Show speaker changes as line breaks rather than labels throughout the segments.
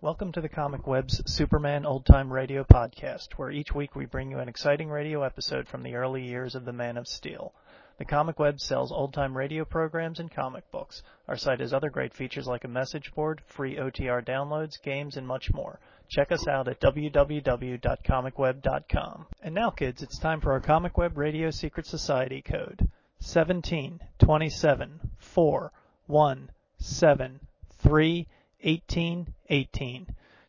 Welcome to the Comic Web's Superman Old Time Radio podcast, where each week we bring you an exciting radio episode from the early years of the Man of Steel. The Comic Web sells old time radio programs and comic books. Our site has other great features like a message board, free OTR downloads, games, and much more. Check us out at www.comicweb.com. And now, kids, it's time for our Comic Web Radio Secret Society code 17 27 4 1 7 3 18 18.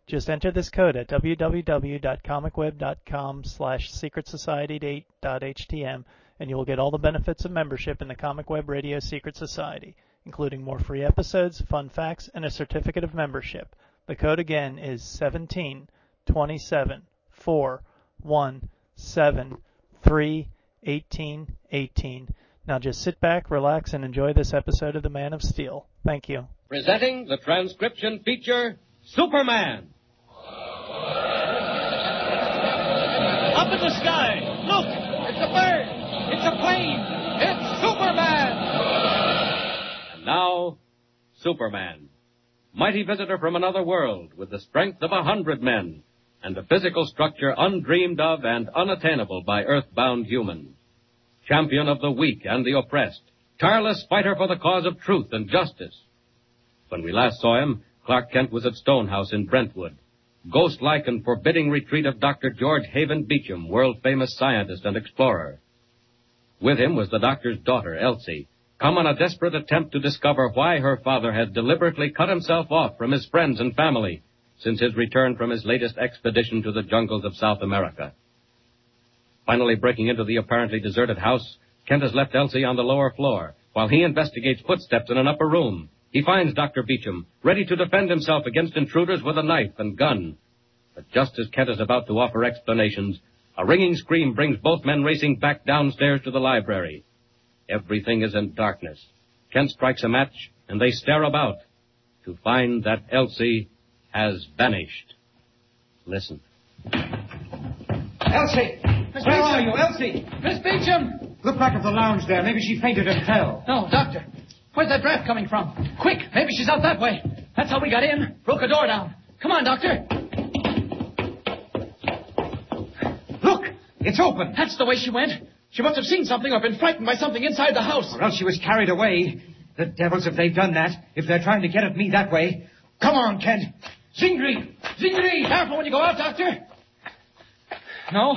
Just enter this code at www.comicweb.com slash secretsociety.htm and you will get all the benefits of membership in the Comic Web Radio Secret Society, including more free episodes, fun facts, and a certificate of membership. The code again is 17 27 4 1 7 3 18 18. Now just sit back, relax, and enjoy this episode of The Man of Steel. Thank you.
Presenting the transcription feature Superman. Up in the sky! Look! It's a bird! It's a plane! It's Superman! And now, Superman. Mighty visitor from another world with the strength of a hundred men and a physical structure undreamed of and unattainable by earthbound humans champion of the weak and the oppressed, tireless fighter for the cause of truth and justice. When we last saw him, Clark Kent was at Stonehouse in Brentwood, ghost-like and forbidding retreat of Dr. George Haven Beecham, world-famous scientist and explorer. With him was the doctor's daughter, Elsie, come on a desperate attempt to discover why her father had deliberately cut himself off from his friends and family since his return from his latest expedition to the jungles of South America. Finally breaking into the apparently deserted house, Kent has left Elsie on the lower floor. While he investigates footsteps in an upper room, he finds Dr. Beecham, ready to defend himself against intruders with a knife and gun. But just as Kent is about to offer explanations, a ringing scream brings both men racing back downstairs to the library. Everything is in darkness. Kent strikes a match, and they stare about to find that Elsie has vanished. Listen.
Elsie!
Miss
Where
Beecham!
are you, Elsie?
Miss Beecham!
Look back of the lounge there. Maybe she fainted and fell.
No, Doctor. Where's that draft coming from? Quick! Maybe she's out that way. That's how we got in. Broke a door down. Come on, Doctor.
Look! It's open!
That's the way she went. She must have seen something or been frightened by something inside the house.
Or else she was carried away. The devils, if they've done that, if they're trying to get at me that way. Come on, Kent. Zingri! Zingri!
Careful when you go out, Doctor. No,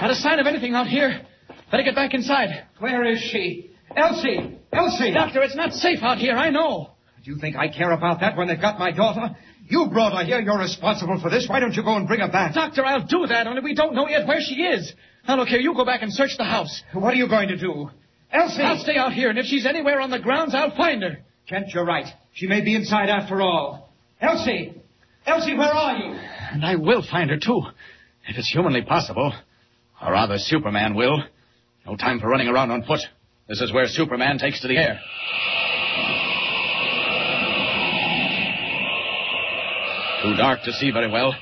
not a sign of anything out here. Better get back inside.
Where is she? Elsie! Elsie!
Doctor, it's not safe out here, I know.
Do you think I care about that when they've got my daughter? You brought her here. You're responsible for this. Why don't you go and bring her back?
Doctor, I'll do that, only we don't know yet where she is. Now, look here, you go back and search the house.
What are you going to do? Elsie!
I'll stay out here, and if she's anywhere on the grounds, I'll find her.
Kent, you're right. She may be inside after all. Elsie! Elsie, where are you?
And I will find her, too. If it's humanly possible. Or rather, Superman will. No time for running around on foot. This is where Superman takes to the air. Too dark to see very well.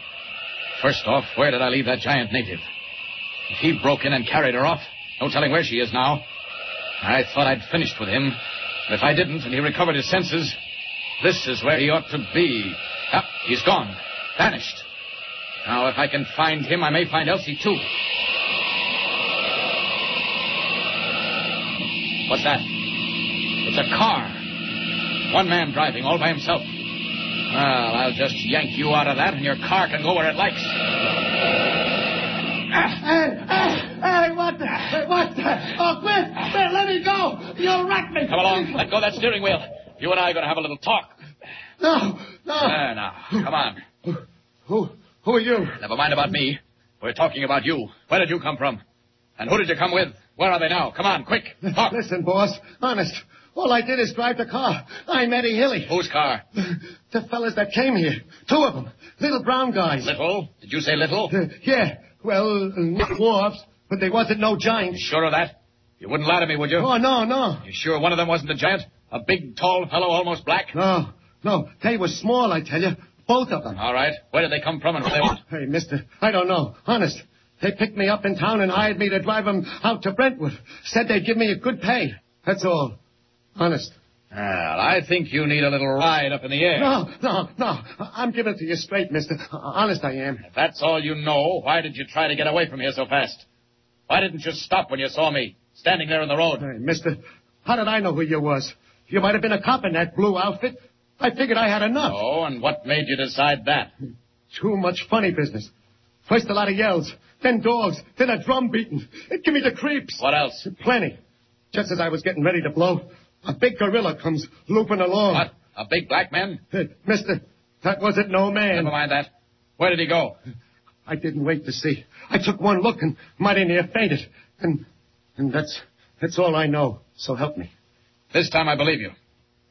First off, where did I leave that giant native? If he broke in and carried her off, no telling where she is now. I thought I'd finished with him. But if I didn't and he recovered his senses, this is where he ought to be. Ah, he's gone. Vanished. Now, if I can find him, I may find Elsie, too. What's that? It's a car. One man driving all by himself. Well, I'll just yank you out of that, and your car can go where it likes.
Hey, what the? Hey, what the? Oh, quit! Hey, let me go! You'll wreck me!
Come along. Let go of that steering wheel. You and I are going to have a little talk.
No, no.
There now. Come on.
Who, who are you?
Never mind about me. We're talking about you. Where did you come from? And who did you come with? Where are they now? Come on, quick. Talk.
Listen, boss, honest. All I did is drive the car. I'm Eddie Hilly.
Whose car?
The fellas that came here. Two of them. Little brown guys.
Little? Did you say little?
Uh, yeah. Well, uh, not dwarfs, but they wasn't no
You
giants.
sure of that? You wouldn't lie to me, would you?
Oh, no, no.
You sure one of them wasn't a giant? A big, tall fellow, almost black?
No, no. They were small, I tell you. Both of them.
All right. Where did they come from and what they want?
Hey, mister, I don't know. Honest. They picked me up in town and hired me to drive 'em out to Brentwood. Said they'd give me a good pay. That's all. Honest.
Well, I think you need a little ride up in the air.
No, no, no. I'm giving it to you straight, mister. Honest I am.
If that's all you know, why did you try to get away from here so fast? Why didn't you stop when you saw me standing there in the road?
Hey, mister, how did I know who you was? You might have been a cop in that blue outfit. I figured I had enough.
Oh, and what made you decide that?
Too much funny business. First a lot of yells, then dogs, then a drum beating. It give me the creeps.
What else?
Plenty. Just as I was getting ready to blow, a big gorilla comes looping along.
What? A big black man?
Hey, mister, that wasn't no man.
Never mind that. Where did he go?
I didn't wait to see. I took one look and mighty near fainted. And, and that's, that's all I know. So help me.
This time I believe you.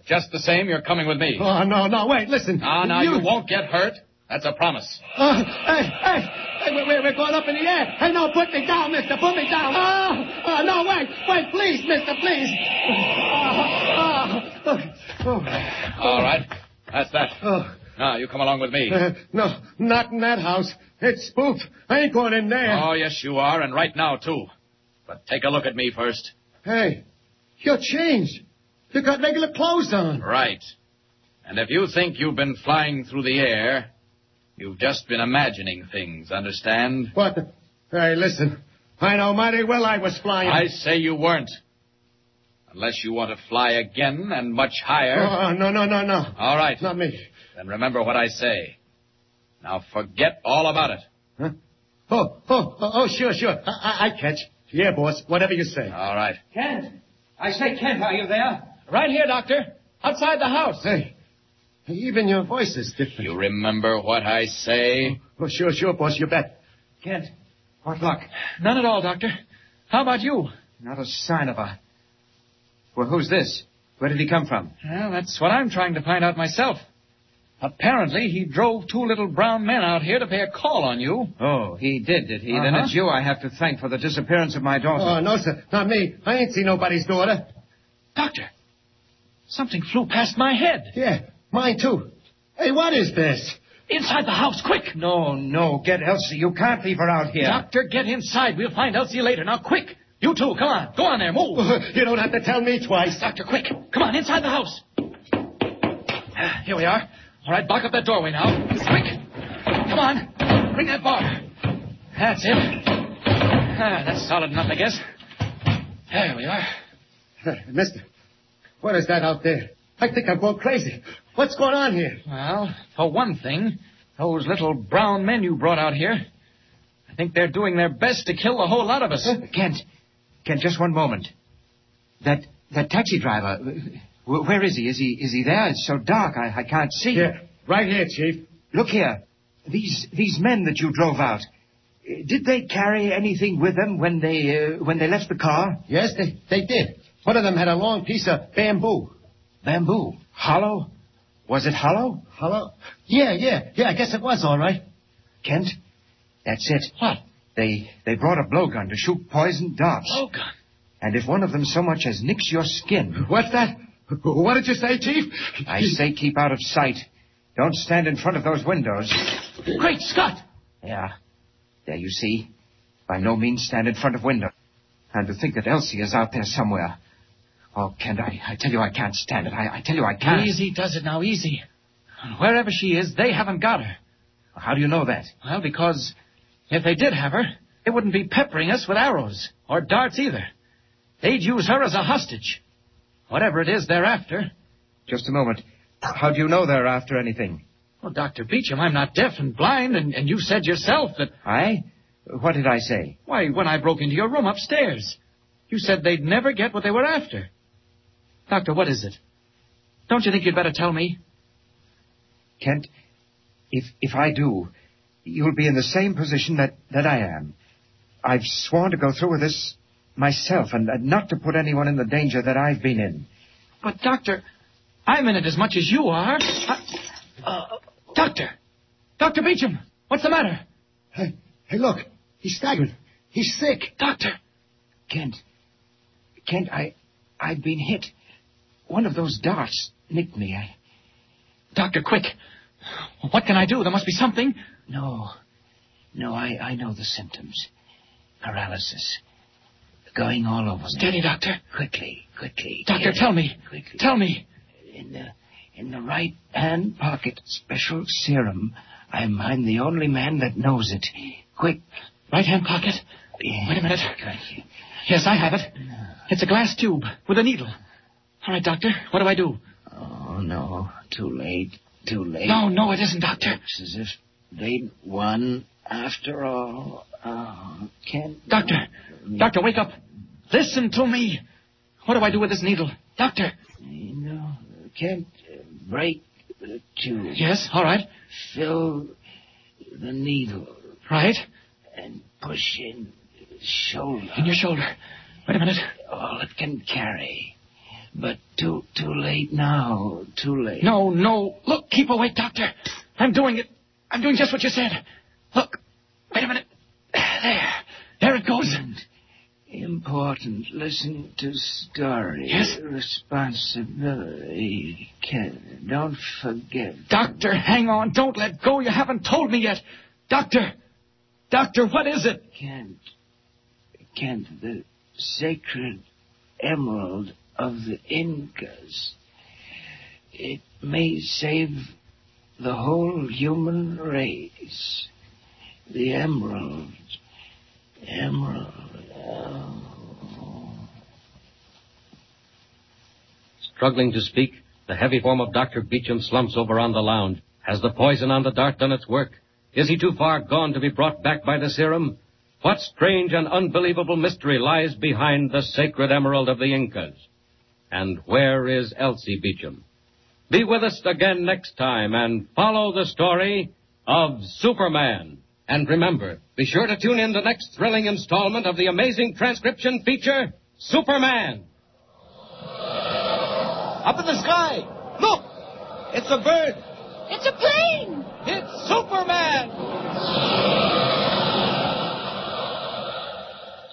Just the same, you're coming with me.
Oh, no, no, wait, listen.
Ah,
No, no, you, won't get hurt. That's a promise.
Uh, hey, hey, hey, we- we- we're going up in the air. Hey, no, put me down, mister, put me down. Oh, oh no, wait, wait, please, mister, please. Oh, oh, oh,
All right. That's that.
oh.
Now, Ah, you come along with me.
Uh, no, not in that house. It's spooked. I ain't going in there.
Oh, yes, you are, and right now, too. But take a look at me first.
Hey, you're changed. You got regular clothes on.
Right. And if you think you've been flying through the air, you've just been imagining things, understand?
What? the- Hey, listen. I know mighty well I was flying.
I say you weren't. Unless you want to fly again and much higher.
Oh, no, no, no, no.
All right.
Not me.
Then remember what I say. Now forget all about it.
Huh? Oh, oh, oh, oh, sure, sure. I, I, I catch. Yeah, boss, whatever you say.
All right.
Kent! I say, Kent, are you there? Right here, Doctor. Outside the house.
Hey, even your voice is different.
You remember what I say?
Oh, sure, sure, boss, you bet.
Kent, what luck? None at all, Doctor. How about you?
Not a sign of a. Well, who's this? Where did he come from?
Well, that's what I'm trying to find out myself. Apparently, he drove two little brown men out here to pay a call on you.
Oh, he did, did he? Then
Uh-huh.
it's you I have to thank for the disappearance of my
Oh,
daughter.
no, sir, not me. I ain't seen nobody's daughter.
Doctor, something flew past my head.
Yeah, mine too. Hey, what is this?
Inside the house, quick!
No, no, get Elsie. You can't leave her out here.
Doctor, get inside. We'll find Elsie later. Now, quick! You two, come on. Go on there, move.
Uh, You don't have to tell me twice.
Doctor, quick. Come on, inside the house. Ah, Here we are. All right, block up that doorway now. Quick. Come on. Bring that bar. That's it. Ah, that's solid enough, I guess. There we are.
Hey, mister, what is that out there? I think I'm going crazy. What's going on here?
Well, for one thing, those little brown men you brought out here, I think they're doing their best to kill the whole lot of us.
Uh, Kent, Kent, just one moment. That that taxi driver. uh, wh- Where is he? Is he is he there? It's so dark. I, I can't see.
Yeah, right here, Chief.
Look here. These these men that you drove out. uh, Did they carry anything with them when they uh, when they left the car?
Yes, they, they did. One of them had a long piece of bamboo.
Bamboo, hollow. Was it hollow?
Hello? Yeah, yeah, yeah, I guess it was all right.
Kent, that's it.
What?
They they brought a blowgun to shoot poisoned darts.
Oh, God.
And if one of them so much as nicks your skin,
What's that? What did you say, Chief?
I say keep out of sight. Don't stand in front of those windows.
Great Scott!
Yeah. There you see. By no means stand in front of window. And to think that Elsie is out there somewhere. Oh, Kent, I, I tell you I can't stand it. I, I tell you I can't.
Easy does it now, easy. Wherever she is, they haven't got her.
How do you know that?
Well, because if they did have her, they wouldn't be peppering us with arrows or darts either. They'd use her as a hostage. Whatever it is they're after.
Just a moment. How do you know they're after anything?
Well, Dr. Beecham, I'm not deaf and blind, and, and you said yourself that,
I? What did I say?
why, when I broke into your room upstairs, you said they'd never get what they were after. Doctor, what is it? Don't you think you'd better tell me?
Kent, if, if I do, you'll be in the same position that, that I am. I've sworn to go through with this myself and, and not to put anyone in the danger that I've been in.
But, Doctor, I'm in it as much as you are. I- uh, doctor! Dr. Beecham! What's the matter?
Hey, hey, look. He's staggering. He's sick.
Doctor!
Kent, Kent, I, I've been hit. One of those darts nicked me. I,
Doctor, quick! What can I do? There must be something.
no, no, I, I know the symptoms. Paralysis. Going all over me.
Steady, Doctor.
Quickly, quickly.
Doctor,
Here.
tell me.
Quickly.
Tell me.
In the in the right hand pocket. Special serum. I'm, I'm the only man that knows it. Quick.
Right hand pocket? Wait a minute. Yes, I have it. It's a glass tube with a needle. All right, Doctor, what do I do?
Oh no. Too late. Too late.
No, no, it isn't, Doctor.
Looks as if they'd won after all. Oh, can't
Doctor! Doctor, wake up. Listen to me. What do I do with this needle? Doctor.
You know, can't uh, break the tube.
Yes, all right.
Fill the needle
Right.
and push in the shoulder.
In your shoulder. Wait a minute.
all it can carry. But too too late now. Too late.
No, no. Look, keep awake, Doctor. I'm doing it. I'm doing just what you said. Look. Wait a minute. There. There it goes.
Important. Listen to story.
Yes?
Responsibility. Can, don't forget.
Doctor, hang on. Don't let go. You haven't told me yet. Doctor. Doctor, what is it?
Can't. Can't. The sacred emerald of the Incas. It may save the whole human race. The emerald. Emerald. Oh.
Struggling to speak, the heavy form of Dr. Beecham slumps over on the lounge. Has the poison on the dart done its work? Is he too far gone to be brought back by the serum? What strange and unbelievable mystery lies behind the sacred emerald of the Incas? And where is Elsie Beecham? Be with us again next time and follow the story of Superman. And remember, be sure to tune in the next thrilling installment of the amazing transcription feature, Superman.
Up in the sky. Look! It's a bird. It's a plane. It's Superman.